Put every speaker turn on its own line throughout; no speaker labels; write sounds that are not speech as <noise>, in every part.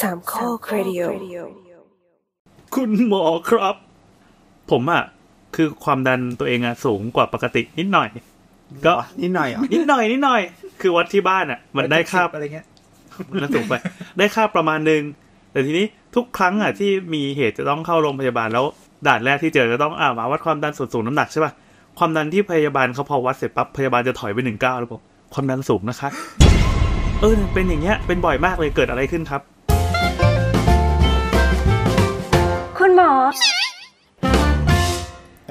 สามข้อครดิโอ
คุณหมอครับ ผมอะคือความดันตัวเองอะสูงกว่าปกตินิดหน่อย ก็
นิดหน่อยเหรอ
นิดหน่อยนิดหน่อย คือวัดที่บ้านอะมันได้ค่า
อะไรเงี้ย
มันสูงไป ได้ค่าประมาณหนึ่งแต่ทีนี้ทุกครั้งอ่ะที่มีเหตุจะต้องเข้าโรงพยาบาลแล้ว ด่านแรกที่เจอจะต้องอ่ามาวัดความดันส่วนสูงน้ำหนักใช่ป่ะความดันที่พยาบาลเขาพอวัดเสร็จปั๊บพยาบาลจะถอยไปหนึ่งก้าวแล้วบอกความดันสูงนะคะ เออเป็นอย่างเงี้ยเป็นบ่อยมากเลยเกิดอะไรขึ้นครับ
คุณหมอ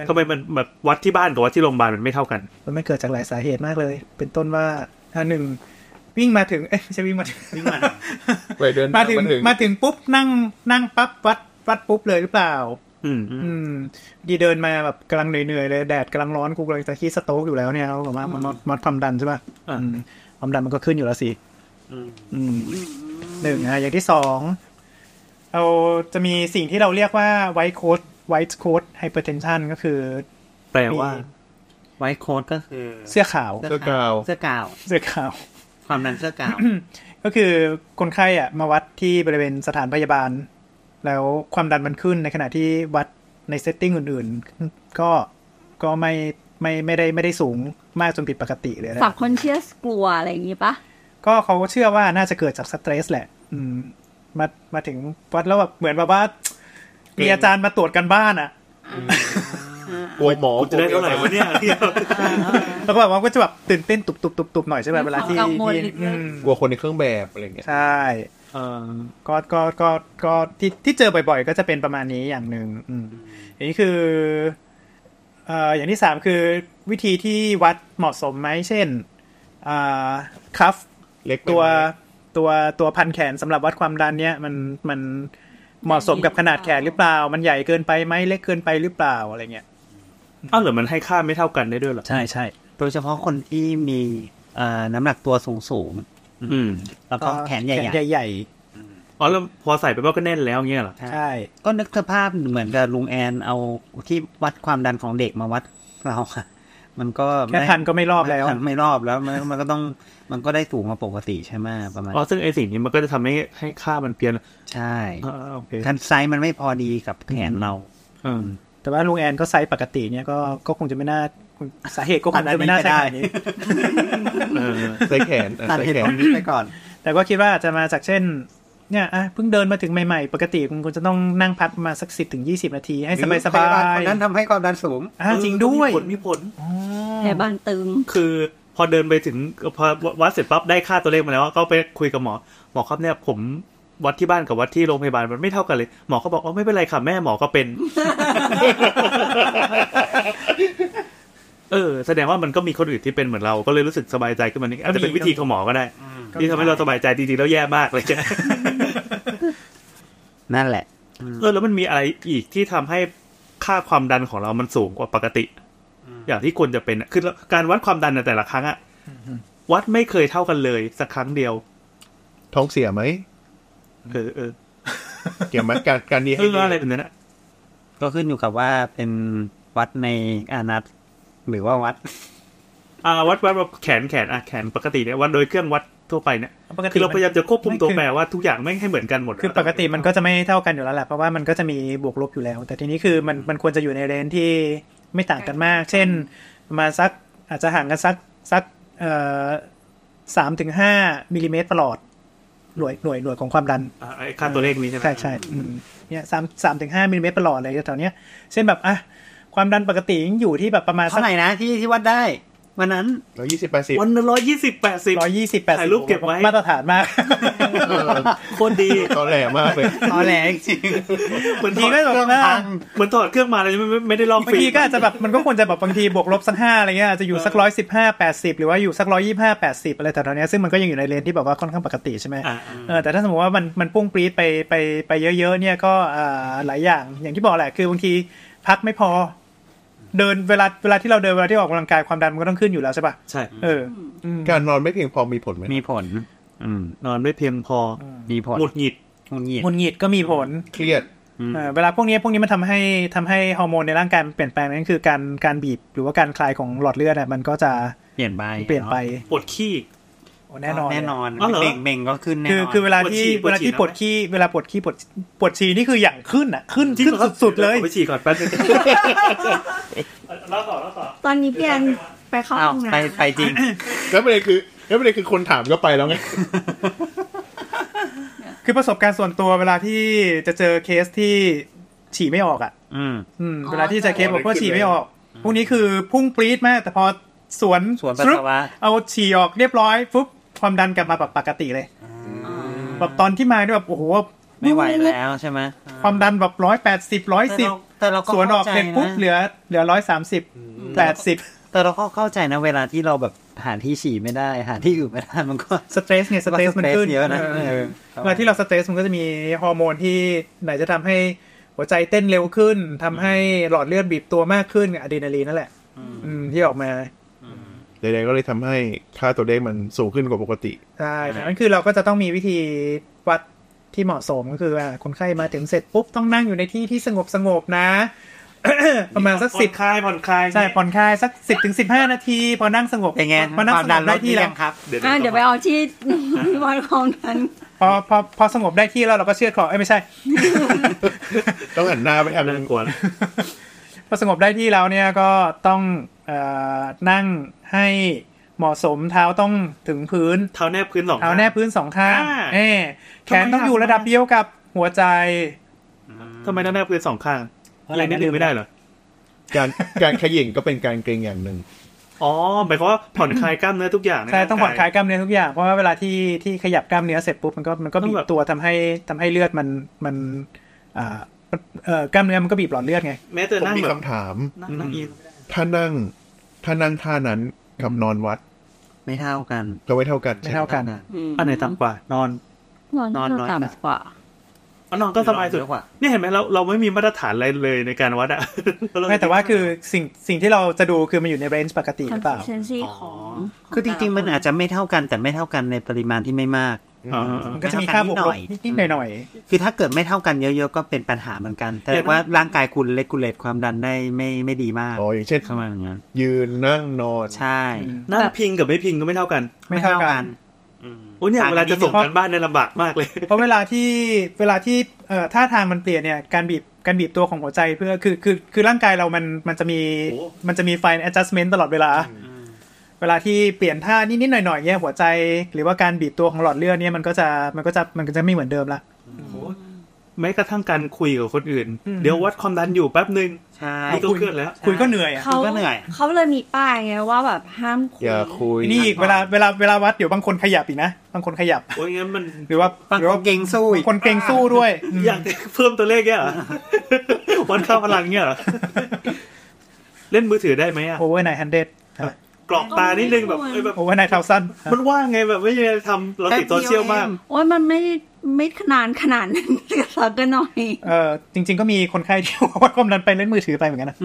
ทำไมมันแบบวัดที่บ้านกับวัดที่โรงพยาบาลมันไม่เท่ากัน
มันไม่เกิดจากหลายสาเหตุมากเลย เป็นต้นว่าอ่าหนึ่งวิ่งมาถึง เอ้ยไม่ใช่วิ่งมาถึง
วิ่งมา
ไปเดิน
มาถึง
น
มาถึงปุ๊บนั่งนั่งปั๊บวัดวัดปุ๊บเลยหรือเปล่า
อืมอืม
อืมดีเดินมาแบบกำลังเหนื่อยๆเลยแดดกำลังร้อนกูกำลังจะขี้สโต๊กอยู่แล้วเนี่ยเขาบอกว่ามันมันมันความดันใช่ป่ะ
อ่ะ
อืมความดันมันก็ขึ้นอยู่แล้วสิ
อืม
อืมหนึ่งอ่ะอย่างที่สองเราจะมีสิ่งที่เราเรียกว่าไวท์โค้ดไวท์โค้ดไฮเปอร์เทนชันก็คือ
แปลว่า
ไวท์โค้ดก็คือ
เสื้อขาว
เสื้อกาว
เสื้อกาว
เสื้อขาว
ความดันเสื้อกาว
<clears throat> ก็คือคนไข้อ่ะมาวัดที่บริเวณสถานพยาบาล แล้วความดันมันขึ้นในขณะที่วัดในเซตติ้งอื่นๆ ก็ก็ไม่ไม่ไม่ได้ไม่ได้สูงมากจนผิดปกติเลยนะ
สับคอนเชียสกลัวอะไรอย่างงี้ปะ
ก็เขาเชื่อว่าน่าจะเกิดจากสเตรสแหละ อืม มา มาถึงวัดแล้วแบบเหมือนแบบว่า มีอาจารย์มาตรวจกันบ้านอะ่ะ
กลัวหมอ
จะได้เท่าไหร่วะเนี่ย
แล้วก็แบบว่าก็จะแบบตื่นเต้นตุบตุบตุบตุบหน่อยใช่ไหมเวลาที่
กังวล
ที่
นิดนึ
อื
ง
ม
กลัวคนในเครื่องแบบอะไรเงี้ย
ใช่
เออ
ก็ก็ก็ก็ที่ที่เจอบ่อยๆ ก็จะเป็นประมาณนี้อย่างหนึ่งอืมอันนี้คือเอ่ออย่างที่สามคือวิธีที่วัดเหมาะสมไหมเช่นอ่าคัฟ
เล็กไป
ตัว
ไหม
ตัวตัวพันแขนสำหรับวัดความดันเนี่ยมันมันเหมาะสมกับขนาดแขนหรือเปล่า มันใหญ่เกินไปไหมเล็กเกินไปหรือเปล่าอะไรเงี้ย
อ้าวเหรือมันให้ค่าไม่เท่ากันได้ด้วยเหรอ
ใช่ใช่
โดยเฉพาะคนที่มีเอ่อน้ำหนักตัวสูงสูง
อืม
ๆแล้วก็แขนใหญ่
แขนใหญ่
อ๋อแล้วพอใส่ไปบ้างก็แน่นแล้วเงี้ยเหรอ
ๆ
ๆ
ใช่
ใช่
ก็นึกสภาพเหมือนกับลุงแอนเอาที่วัดความดันของเด็กมาวัดเราอะมันก็
แค่พันก็ไม่รอบแล้ว
พันไม่รอบแล้วมันมันก็ต้องมันก็ได้สูงกว่าปกติใช่ไหมประมาณ
อ๋อซึ่งไอสิ่งนี้มันก็จะทำให้ให้ค่ามันเพี้ยน
ใช่
อ่าโอเค
คันไซส์มันไม่พอดีกับแขนเรา
อืม
แต่ว่าลุงแอนก็ไซส์ปกติเนี่ยก็ก็คงจะไม่น่าสาเหตุก็คงจะไม่น่า
ข
ใช่
นาด
ขนาด
นี้ไม่ได้
นี้
เออ
ใส่แขนอ่ะ
ตัด
ใส่
เหตุ
แข
ผล
น
นี้ไปก่อน
แต่ก็คิดว่าจะมาจากเช่น เนี่ยอ่ะเพิ่งเดินมาถึงใหม่ๆ ปกติคุณจะต้องนั่งพักประมาณสักสิบถึงยี่สิบนาทีให้สบายสบา
หรือพล
ย
คนนั้นทำให้ความดันสูง
อ่ะจริงด้วย
มีผลมีผล
แผลบานตึง
คือพอเดินไปถึงพอวัดเสร็จปั๊บได้ค่าตัวเลขมาแล้วก็ไปคุยกับหมอ หมอครับเนี่ยผมวัดที่บ้านกับวัดที่โรงพยาบาลมันไม่เท่ากันเลย หมอก็บอกอ๋อไม่เป็นไรค่ะแม่หมอก็เป็น <laughs> เออ แสดงว่ามันก็มีคนอื่นที่เป็นเหมือนเราก็เลยรู้สึกสบายใจขึ้นมานิดอาจจะเป็นวิธีของหมอก็ได้ที่ทำให้เราสบายใจจริงๆแล้วแย่มากเลยจ้ะ
นั่นแหละ
เออแล้วมันมีอะไรอีกที่ทำให้ค่าความดันของเรามันสูงกว่าปกติ อย่างที่ควรจะเป็นอะคือการวัดความดันในแต่ละครั้งอะวัดไม่เคยเท่ากันเลยสักครั้งเดียว
ท้องเสียไหม
เออเออ
เกี่ยวไหมการการดี
เอออะไรแบบนั้นอะ
ก็ขึ้นอยู่กับว่าเป็นวัดในอานัตหรือว่าวัด
อ่าวัดวัดแบบแขนแขนอ่ะแขนปกติเนี่ยวัดโดยเครื่องวัดทั่วไปเนี่ย
ปกติ
คือเราพยายามจะควบคุมตัว
ไอ
แปรว่าทุกอย่างไม่งให้เหมือนกันหมดะ
คือปกติมันก็จะไม่เท่ากันอยู่แล้วแหละเพราะว่ามันก็จะมีบวกลบอยู่แล้ว แต่ทีนี้คือมันมันควรจะอยู่ในเรนจ์ที่ไม่ต่างกันมาก เช่นประมาณสักอาจจะห่างกันสักสักเอ่อสามถึงห้ามิลลิเมตรประหลอดหน่วยหน่วยหน่วยของความดัน
อ่ะไอ้ค่าตัวเลขนี้ใช่ไหม
ใช่ใช่อืมเนี่ยสามสามถึงห้ามิลลิเมตรประหลอดอะไรแถวๆเนี้ยเช่นแบบอ่ะความดันปกติอยู่ที่แบบประมาณสั
เท่าก ไหร่นะที่ที่วัดได้วันนั้น
ร้อยยี่สิบแปดสิบ
วันละร้อยยี่สิบแปดสิบ
ร้อยยี่สิบแปด
ถ่ายรูปเก็บไว้
มาตรฐานมาก
โคตรดี
ตอนแหลมากเลย
ตอนแหลจริง
เหมือน
<laughs>
ถ
บางที
อด
ก็แบบว่า
เหมือนถอดเครื่องมาเลยไม่ไม่ไม่ได้ลอง
บางทีก็อาจจะแบบมันก็ควรจะแบบบางทีบวกลบสักห้าอะไรเงี้ยอาจจะอยู่สักร้อยสิบห้าแปดสิบหรือว่าอยู่สักร้อยี่ห้าแปดสิบอะไรแต่ตอนนี้ยซึ่งมันก็ยังอยู่ในเลนที่แบบว่าค่อนข้างปกติใช่ไหม
อ่ะ
เออแต่ถ้าสมมติว่ามันมันพุ่งปรี๊ดไปไปไปเยอะๆเนี่ยก็อ่าหลายอย่างอย่างที่บอกแหละคือบางทีพักไม่พอ เดินเวลาเวลาที่เราเดินเวลาที่ออกกำลังกายความดันมันก็ต้องขึ้นอยู่แล้วใช่ป่ะ
ใช่
เอออืม
การนอนไม่เพียงพอมีผลไหม
มีผล อืม
นอนไม่เพียงพอ
มีผล
หงุดหงิด
หงุดหงิด
หงุดหงิดก็มีผล
เครียด
เออเวลาพวกนี้พวกนี้มันทำให้ทำให้ฮอร์โมนในร่างกายมันเปลี่ยนแปลงนั่นคือการการบีบหรือว่าการคลายของหลอดเลือดอ่ะมันก็จะ
เปลี่ยนไป
เปลี่ยนไป
ปวดขี้
โอ้แน่นอน
แน่นอน
อ๋อเหรอ
เบ่งเบ่งก็ขึ้นแน่น
คือ
อน
คือเวลาที่
ปวดฉี่
เวลาที่
ปว
ปว
ด
ด
ฉี่
ขี้เวลาปวดขี้ปวดปวดฉี่นี่คืออย่างขึ้นอ่ะ ขึ้นขึ้นสุดๆเลย
ผมไปฉี่ก่อนแป๊บนึงเล่าต่อเล่าต่อ
ตอนนี้เพียนไปเข้า
อ้าว
ห้องน้
ไปไปจริง
แล้วประเด็นคือแล้วประเด็นคือคนถามก็ไปแล้วไง
คือประสบการณ์ส่วนตัวเวลาที่จะเจอเคสที่ฉี่ไม่ออกอ่ะ
อืม
อืมเวลาที่จะเคสบอกว่า
อ๋อได้ขึ้น
ฉี่ไม่ออก พวกนี้คือพุ่งปรี๊ดมาก แต่พอสวน
สวนปัส
ฟรึบ
สาวะ
เอาฉี่ออกเรียบร้อยปุ๊บความดันกลับมาแบบปกติเลยแบบตอนที่มาเนี่ยแบบโอ้โห
ไม่ไหวแล้วใช่ไหม
ความดันแบบร้อยแปดสิบร้อยสิบ
แต่เราก็
สวนออกเสร็จปุ๊บเหลือเหลือร้อยสามสิบแปดสิบ
แต่เราก็เข้าใจนะ เวลาที่เราแบบหาที่ฉี่ไม่ได้ หาที่อื่นไม่ได้มันก็
สเตรสเนี่ยสเตรสมันขึ้น
เยอะนะ
เออ
เออ
เวลาที่เราสเตรสมันก็จะมีฮอร์โมนที่ไหนจะทำให้หัวใจเต้นเร็วขึ้นทำให้หลอดเลือดบีบตัวมากขึ้นอะดรีนาลีนนั่นแหละ อืมที่ออกมา
ใดๆก็เลยทำให้ค่าตัวเลขมันสูงขึ้นกว่าปกติ
ใช่ดังนั้นคือเราก็จะต้องมีวิธีวัดที่เหมาะสมก็คือว่าคนไข้มาถึงเสร็จปุ๊บต้องนั่งอยู่ในที่ที่สงบสงบๆนะ <coughs> ประมาณสัก
สิ
สิ
บบ คลายผ่อนคลาย
ใช่ผ่อนคลายสักสิบถึงสิบห้านาที พอนั่งสงบ
เป็นไง
พอนั่งสงบได้ที่
หรื
แล้
อ
ว
ยังครับ
เดี๋ยว
ำอ่ะเดี๋ยวไปเอาที่ พี่บอลของนั้น
พอพอพอสงบได้ที่แล้วเราก็เชื่อดคอเอ้ยไม่ใช่ <laughs>
ต้องหันหน้าไปทาง
น่ากลัวนะ
พอสงบได้ที่แล้วเนี่ยก็ต้องเออนั่งให้เหมาะสมเท้าต้องถึงพื้น
เท้าแนบพื้นสอง
เท้าแนบพื้นสองข้าง
อ่า
เออแขนต้อง
ทำไมทำ
อยู่ระดับเดียวกับหัวใจ
ทำไมต้องแนบพื้นสองข้าง
เพราะ
อะ
อะไร ไร
นิด
นะ
นึงไม่ได้เหรอ
การการขย่งก็เป็นการเกรงอย่างหนึ่ง
อ๋อหมายความว่าผ่อนคลายกล้ามเนื้อทุกอย่างใน
ใช่
ร่
ต้องผ่อนคลาย
ก
กล้ามเนื้อทุกอย่าง เพราะว่าเวลาที่ที่ขยับกล้ามเนื้อเสร็จปุ๊บมันก็มันก็
ต้อง
บี
แบบ บ
ตัวทำให้ทำให้เลือดมันมันอ่าเอ่อกล้ามเนื้อมันก็บีบหลอดเลือดไง
แม้แต่
ผม
นั่ง
มี
แบบ
คำถาม
นั่งนั่งอีก
ถ้านั่ง ถ้านั่งท่านั้นกับนอนวัด
ไม่เท่ากัน
ก็ไม่เท่ากัน
ไม่เท่ากัน
อันไหนต่ำกว่า นอน
นอนนอนต่ำกว่า
อ๋อนอนก็สบายสุด
เอะกว่า
เนี่ยเห็นไหมเราเราไม่มีมาตรฐานอะไรเลยในการวัดอะ
ไม่แต่ว่าคือสิ่งสิ่งที่เราจะดูคือมันอยู่ในเรนจ์ปกติหรือเปล่า
consistency
อ๋อ
ของ
คือจริง ๆ มันอาจจะไม่เท่ากันแต่ไม่เท่ากันในปริมาณที่ไม่มาก
อ๋อ
มันก็จะมีค่าบวกลบนิดๆหน่อยๆ
คือถ้าเกิดไม่เท่ากันเยอะๆก็เป็นปัญหาเหมือนกัน แต่
เดี๋ยวนะ
ว่าร่างกายคุณเลกูเลตความดันได้ไม่ไม่ดีมาก
อ๋ออย่างเช่น
เข้ามาอย่างนั้น
ยืนนั่งนอน
ใช่
นั่งพิงกับไม่พิงก็ไม่เท่ากัน
ไม่เท่ากัน
โอ้เนี่ย
ต่ง
เวลาจะส่ง
นิดนึ
กันบ้านเนี่ยลำบากมากเลย
เพราะเวลาที่เวลาที่เอ่อท่าทางมันเปลี่ยนเนี่ยการบีบการบีบตัวของหัวใจเพื่อคือคือคือร่างกายเรามันมันจะมี
โอ้
มันจะมีไฟ adjustment ตลอดเวลา เวลาที่เปลี่ยนท่านิดๆหน่อยๆเนี่ยหัวใจ หรือว่าการบีบตัวของหลอดเลือดเนี่ยมันก็จะมันก็จะมันก็จะไม่เหมือนเดิมละ
แม้กระทั่งการคุยกับคนอื่น
อืม
เดี๋ยววัดความดันอยู่แป๊บนึง
ใช่
นี่ก็เคลื่อนแล้ว
คุยก็เหนื่อยอ่ะ
เขา
ก็เหนื่อย
เขาเลยมีป้ายไงว่าแบบห้ามคุย
อย่าคุย
นี่อีกเวลาเวลาเวลาวัดเดี๋ยวบางคนขยับอีกนะบางคนขยับ
โอ้ยงั้นมัน
หรือว่า
บาง
หรือ
ค
ว่าน
เก่งสู้อีก
คนเกรงสู้ด้วยอืม
อยากเพิ่มตัวเลขเนี่ยเหรอ <laughs> วันค่าพลังเนี่ยเหรอ <laughs> เล่นมือถือได้ไหมอะ
โอเวอร์ไนท์ฮันเด
กรอกตานิดนึงแบบเอ้ยแบบ
โอเวอร์ไนท์เทาซัน
มันว่างไงแบบไม่มีอะไรทำเราติดโซเชียลมาก
โอ้ยมันไม่ไม่ขนาดขนาดนั้น <laughs> เสือกสักกันหน่อย
เออจริง ๆ ก็มีคนไข้ที่ <laughs> วัดความดันไปเล่นมือถือไปเหมือนกันนะ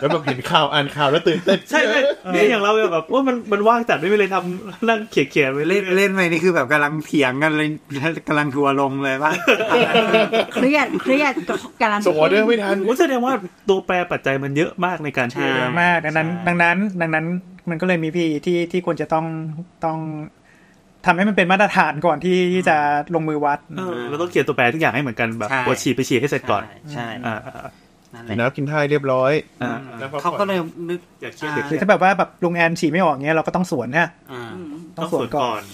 แล้วแบบเห็นข่าวอ่านข่าวแล้วตื่นเต้น
ใช่ไหมเนี่ยอย่างเราแบบว่ามันมันว่างจัดไม่มีอะไรทำนั่งเขียนเขียนไป
เล่
เล่
น
น
เล่นไปนี่คือแบบกำลังเถียงกันเลยกำลังทัวร์ลงเลยว่า
เครียดเครียดกับการ
ส่งออเดอร์ไม่ทัน
ผมแสดงว่าตัวแปรปัจจัยมันเยอะมากในการใช้
ใช่
มากดังนั้น
ใช่
ดังนั้น ดังนั้นมันก็เลยมีพี่ที่ที่ควรจะต้องต้องทำให้มันเป็นมาตรฐานก่อนที่ที่จะลงมือวัด
เออเราต้องเขียนตัวแปรทุกอย่างให้เหมือนกันแบบ
ใช่
หัวฉีดไปฉีดให้เสร็จก่อน
ใช่
อ่าอ่าอ่า
นั่น
กิน
แหละ
น้ำกินท่าให้เรียบร้อย
อ่า
แล้วพั
เขา
ผ่
ก็
อน
เลยนึก
อย่าเครียด
อ่า
อย่าเค
ห
รี
รื
ย
อ
ด
ถ้าแบบว่าแบบลุงแอนฉี่ไม่ออกเงี้ยเราก็ต้องสวนฮะ
อ่า
ต้
ต้
อ
อง ง
ส
ส
ว
วน น
ก่อ
ก่อน น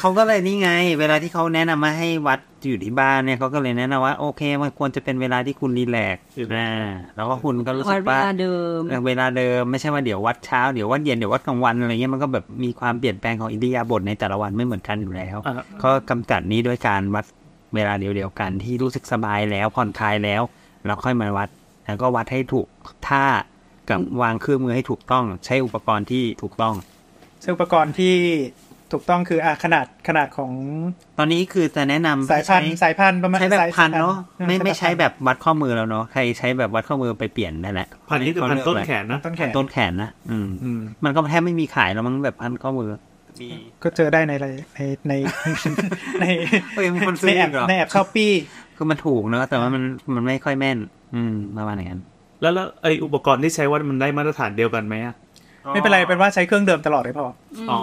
เขาก็เลยนี่ไง เวลาที่เขาแนะนำมาให้วัดอยู่ที่บ้านเนี่ยเขาก็เลยแนะนำว่าโอเคมันควรจะเป็นเวลาที่คุณรีแลกซ์นะแล้วก็คุณก็รู้
วั
สึ
น
ก
เว
ว่า
ลาเดิม
เวลาเดิมไม่ใช่ว่าเดี๋ยววัดเช้าเดี๋ยววัดเย็นเดี๋ยววัดกลางวันอะไรเงี้ยมันก็แบบมีความเปลี่ยนแปลงของอิริยาบถในแต่ละวันไม่เหมือนกันอยู่แล้ว
อ่าฮะ
ก็กำจัดนี้ด้วยการวัดเวลาเดียวๆกันที่รู้สึกสบายแล้วผ่อนคลายแล้วแล้วค่อยมาวัด แล้วก็วัดให้ถูกท่ากับวางเครื่องมือให้ถูกต้อง ใช้อุปกรณ์ที่ถูกต้อง
ซึ่งอุปกรณ์ที่ถูกต้องคืออ่ะขนาดขนาดของ
ตอนนี้คือจะแนะนำ
สายพันธุ์
ใช้
สายพันธุ์ประมาณ
ใช้แบบ
สย
พันเนาะ
สย
ไม่ไม่ใช้
พันธุ์
แบบวัดข้อมือแล้วเนาะใครใช้แบบวัดข้อมือไปเปลี่ยนนั่นแหละ
พันนี้คือพันต้นแขนนะ
ต้นแขน
ต้นแขนนะอืม
อืม
มันก็แทบไม่มีขายแล้วมั้งแบบพันข้อมือ
ก็เจอได้ในในในใน
เอ้ยมีคนซื้อ
ในแอป
อีกเหรอ
ในแอปช้อปปี้
คือมันถูกเนอะแต่ว่ามันมันไม่ค่อยแม่น อืมประมาณอย่างนั้น
แล้วแล้วไออุปกรณ์ที่ใช้วัดมันได้มาตรฐานเดียวกันไหมอะ
เ
ไม่เป็นไรเป็นว่าใช้เครื่องเดิมตลอดเลยพอ
อ๋อ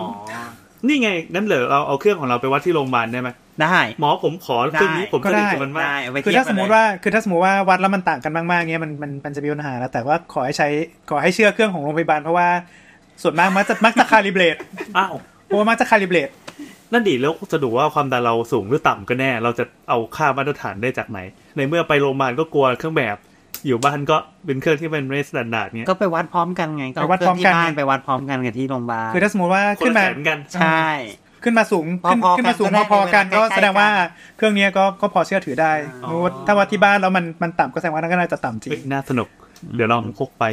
นี่ไงงั้นเหลือเราเอาเครื่องของเราไปวัดที่โรงพยาบาลได้ไหม
ได้
หมอผมขอเครื่องนี้
ได้
ผมสนิทกับมันมาก
ได้เอไป
คือ
เทียบ
ถ้าสมมติว่าคือถ้าสมมติว่าวัดแล้วมันต่างกันมากๆเนี้ยมันมันมันจะมีปัญหาแล้วแต่ว่าขอให้ใช้ขอให้เชื่อเครื่องของโรงพยาบาลเพราะว่าส่วนมากมักจะมักจะคาลิเบรต <laughs>
อ้าว
เพราะว่ามักจะคาลิเบรต
นั่นดีแล้วสรุปว่าความดันเราสูงหรือต่ำก็แน่ เราจะเอาค่ามาตรฐานได้จากไหน ในเมื่อไปโรงพยาบาลก็กลัวเครื่องแบบ อยู่บ้านก็เป็นเครื่องที่เป็นเรสแตนดาร์ดเนี่ย
ก็ไปวัดพร้อมกันไงก็เาเครื่งที่บ้านไปวัดพร้อมกันกับที่โรงพยาบาล
คือถ้าสมมติว่า
คน
ขึ้น
ละ
มา
แสนเหมือนกัน
ใช่
ขึ้นมาสูงขึ้น
พอๆกัน
ขึ้นมาสูง
ก็ได้
พอๆกัน
ในเว
ก็
ลาใกล้ๆ
แสดงว่าเครื่องเนี้ยก็ก็พอเชื่อถือได้
อ๋อ
เพราะว่าถ้าวัดที่บ้านแล้วมันมันต่ำก็แสดงว่านั่นก็น่าจะต่ำจริง
เฮ้ยน่าสนุก เดี๋ยวลองพกไป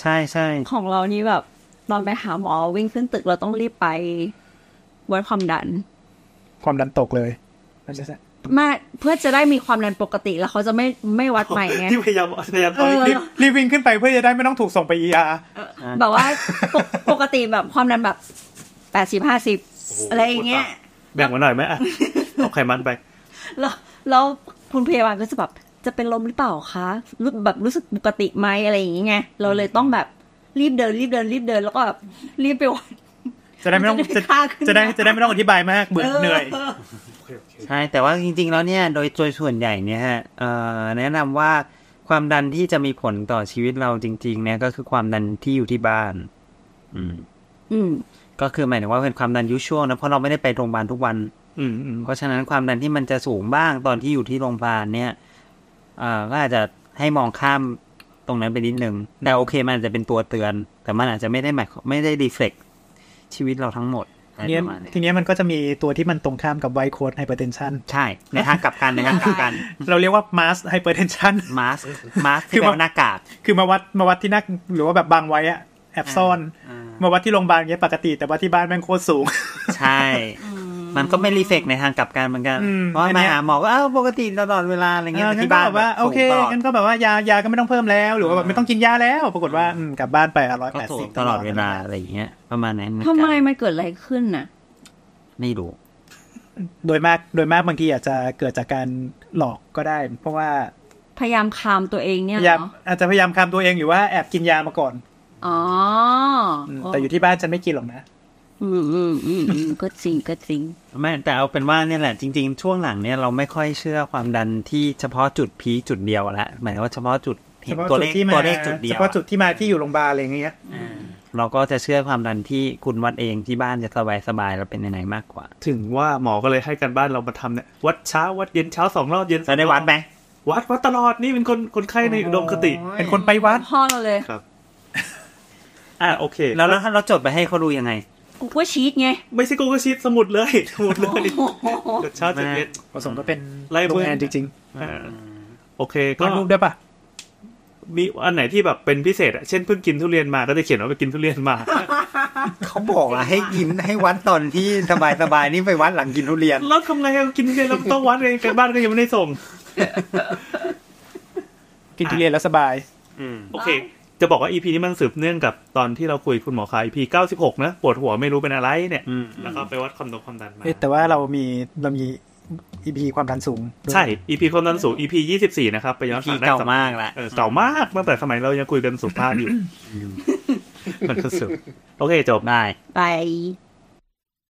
ใช่ใช่
ของเรานี่แบบตอนไปหาหมอวิ่งขึ้นตึกเราต้องรีบไปวัดความดัน
ความดันตกเลยมันจะ
มาเพื่อจะได้มีความดันปกติแล้วเขาจะไม่ไม่วัดใหม่ไง
ที่พยายามพยายามตอนนี้
เออ
รีบรีบวิ่งขึ้นไปเพื่อจะได้ไม่ต้องถูกส่งไปเอไอ
แบบว่าปกปกติแบบความดันแบบแปดสิบห้าสิบอะไรอย่างเงี้ย
แบ่งมาหน่อยไหมอ่ะเอาไขมันไป
แล้วแล้วคุณพยาบาลก็จะแบบจะเป็นลมหรือเปล่าคะรู้แบบรู้สึกปกติไหมอะไรอย่างเงี้ยเราเลยต้องแบบรีบเดินรีบเดินรีบเดินแล้วก็แบบรีบไปวัด
จะได้ไม่ต้อง
มัน
จะ
จะได้ค่าขึ้น
จะได้
มา
จะได้ไม่ต้องอธิบายมากเบื่อเหนื่อย
ใช่ แต่ว่าจริง ๆ แล้วเนี่ย โดยโดยส่วนใหญ่เนี่ยฮะเอ่อแนะนำว่าความดันที่จะมีผลต่อชีวิตเราจริง ๆ เนี่ย ก็คือความดันที่อยู่ที่บ้าน อืม
อืม
ก็คือหมายถึงว่าเป็นความดันยูชวลนะเพราะเราไม่ได้ไปโรงพยาบาลทุกวัน
อืมอืม
เพราะฉะนั้นความดันที่มันจะสูงบ้างตอนที่อยู่ที่โรงพยาบาลเนี่ยเอ่อก็อาจจะให้มองข้ามตรงนั้นไปนิดนึง แต่โอเคมันอาจจะเป็นตัวเตือน แต่มันอาจจะไม่ได้หมายไม่ได้รีเฟล็กชีวิตเราทั้งหมดอะไร
เนี้ย
ประมาณนี้
ทีเนี้ยมันก็จะมีตัวที่มันตรงข้ามกับไวโคดไฮเปอร์เทนชัน
ใช่ในทางกลับกันในทางกลับกัน
เราเรียกว่ามาสไฮเปอร์เทนชัน
มาสมาส
คื
คือ
อมัน
หน้ากาก
<laughs> คือมาวัดมาวัดที่หนักหรือว่าแบบบังไว้อะแอบซ่อน
อ่า
มาวัดที่โรงพยาบาลเงี้ยปกติ แต่ว่าที่บ้านแม่งโคตรสูง
ใช่ มันก็ไม่รีเฟกในทางกลับกันเหมือนกัน
อืม
เพราะว่า
อัน
มา
เนี้ย
หาหมอก็อ้าวปกติตลอดเวลาอะไรเงี้ย
อ่
แต่ที่
ก็
บ้าน
แบบว่าโอเค
สูงตลด
งั้นก็แบบว่ายายาก็ไม่ต้องเพิ่มแล้ว หรือว่าแบบไม่ต้องกินยาแล้ว ปรากฏว่าอืมกลับบ้านไปร้อย
ก็
แปด
โถ
สิบ
ตลอดเวลาอะไรอย่างเงี้ยประมาณนั้น
ทำไมมันเกิดอะไรขึ้นน่ะ
ไม่รู้
โดยมากโดยมากบางทีอาจจะเกิดจากการหลอกก็ได้ เพราะว่า
พยายามคามตัวเอง
พ
เนี่ย
ยายาม
เนาะ
อาจจะพยายามคำตัวเองอยู่ว่าแอบกินยามาก่อน
อ๋อ
อืม
โอ้
แต่อยู่ที่บ้านฉันไม่กินหรอกนะ
อืมอืมอืมอืมก็จริงก็จริง
ไม่แต่เอาเป็นว่าเนี่ยแหละจริง ๆ ช่วงหลังเนี่ยเราไม่ค่อยเชื่อความดันที่เฉพาะจุดพีคจุดเดียวละหมายถึงว่าเฉพาะจุดเห็น
ฉพาะ
ตัวเลข
จุดที่มา
ตัวเลขจุดเดียว
ฉพาะจุดที่มาที่อยู่โรงพยาบาลอะไรอย่างเงี้ย
เราก็จะเชื่อความดันที่คุณวัดเองที่บ้านจะสบายสบายๆเราเป็นยังไงมากกว่า
ถึงว่าหมอก็เลยให้การบ้านเรามาทำเนี่ย วัดเช้าวัดเย็นเช้าสองรอบเย็น
จะได้วัดไหม
วัดวัดตลอดนี่เป็นคนคนไข้ในอุดมคติ
เป็นคนไปวัด
พ่อเราเลย
อ่ะโอเค
แล้วแล้วถ้าเราจดไปให้เขาดูยังไง
กูก็ชีตไง
ไม่ใช่กูก็ชีตสมุดเลย <laughs> สมุดเลย
โอ้โห
เดี๋ยวเช้าเจ็ดเย็น
ผสมก็เป็น
ไล่เพื่
โรง
อน
งานจริง
อ่าโอเค
ๆ
ก็
วาดรูปได้ปะ
มีอันไหนที่แบบเป็นพิเศษอะเช่นเพิ่งกินทุเรียนมาก็จะเขียนว่าไปกินทุเรียนมา <laughs>
เขาบอกอะให้กินให้วัดตอนที่สบายสบายนี่ไปวัดหลังกินทุเรียน
แล้วทำไงอะกินทุเรียนเราต้องวัดเองกันบ้านก็ยังไม่ได้ <laughs> ส่ง
กินทุเรียนแล้วสบาย
โอเค จะบอกว่าอีพีนี้มันสืบเนื่องกับตอนที่เราคุยคุณหมอคายอีพีเก้าสิบหกนะปวดหัวไม่รู้เป็นอะไรเนี่ย
อืม
แล้วก็ไปวัดความดันความดันมา
เอ๊ะแต่ว่าเรามีเรามี EP ความดันสูงด้วย
ใช่อีพีความดันสูงอีพียี่สิบสี่นะครับไปย้อนฟั
ที่
งได้
เก่า
สำ
มากละ
เออเก่ามากตั้งแต่สมัยเรา
<laughs>
ยังคุยกันสุภาพอยู่ มันก็สุดโอเคจบ
ได้
ไป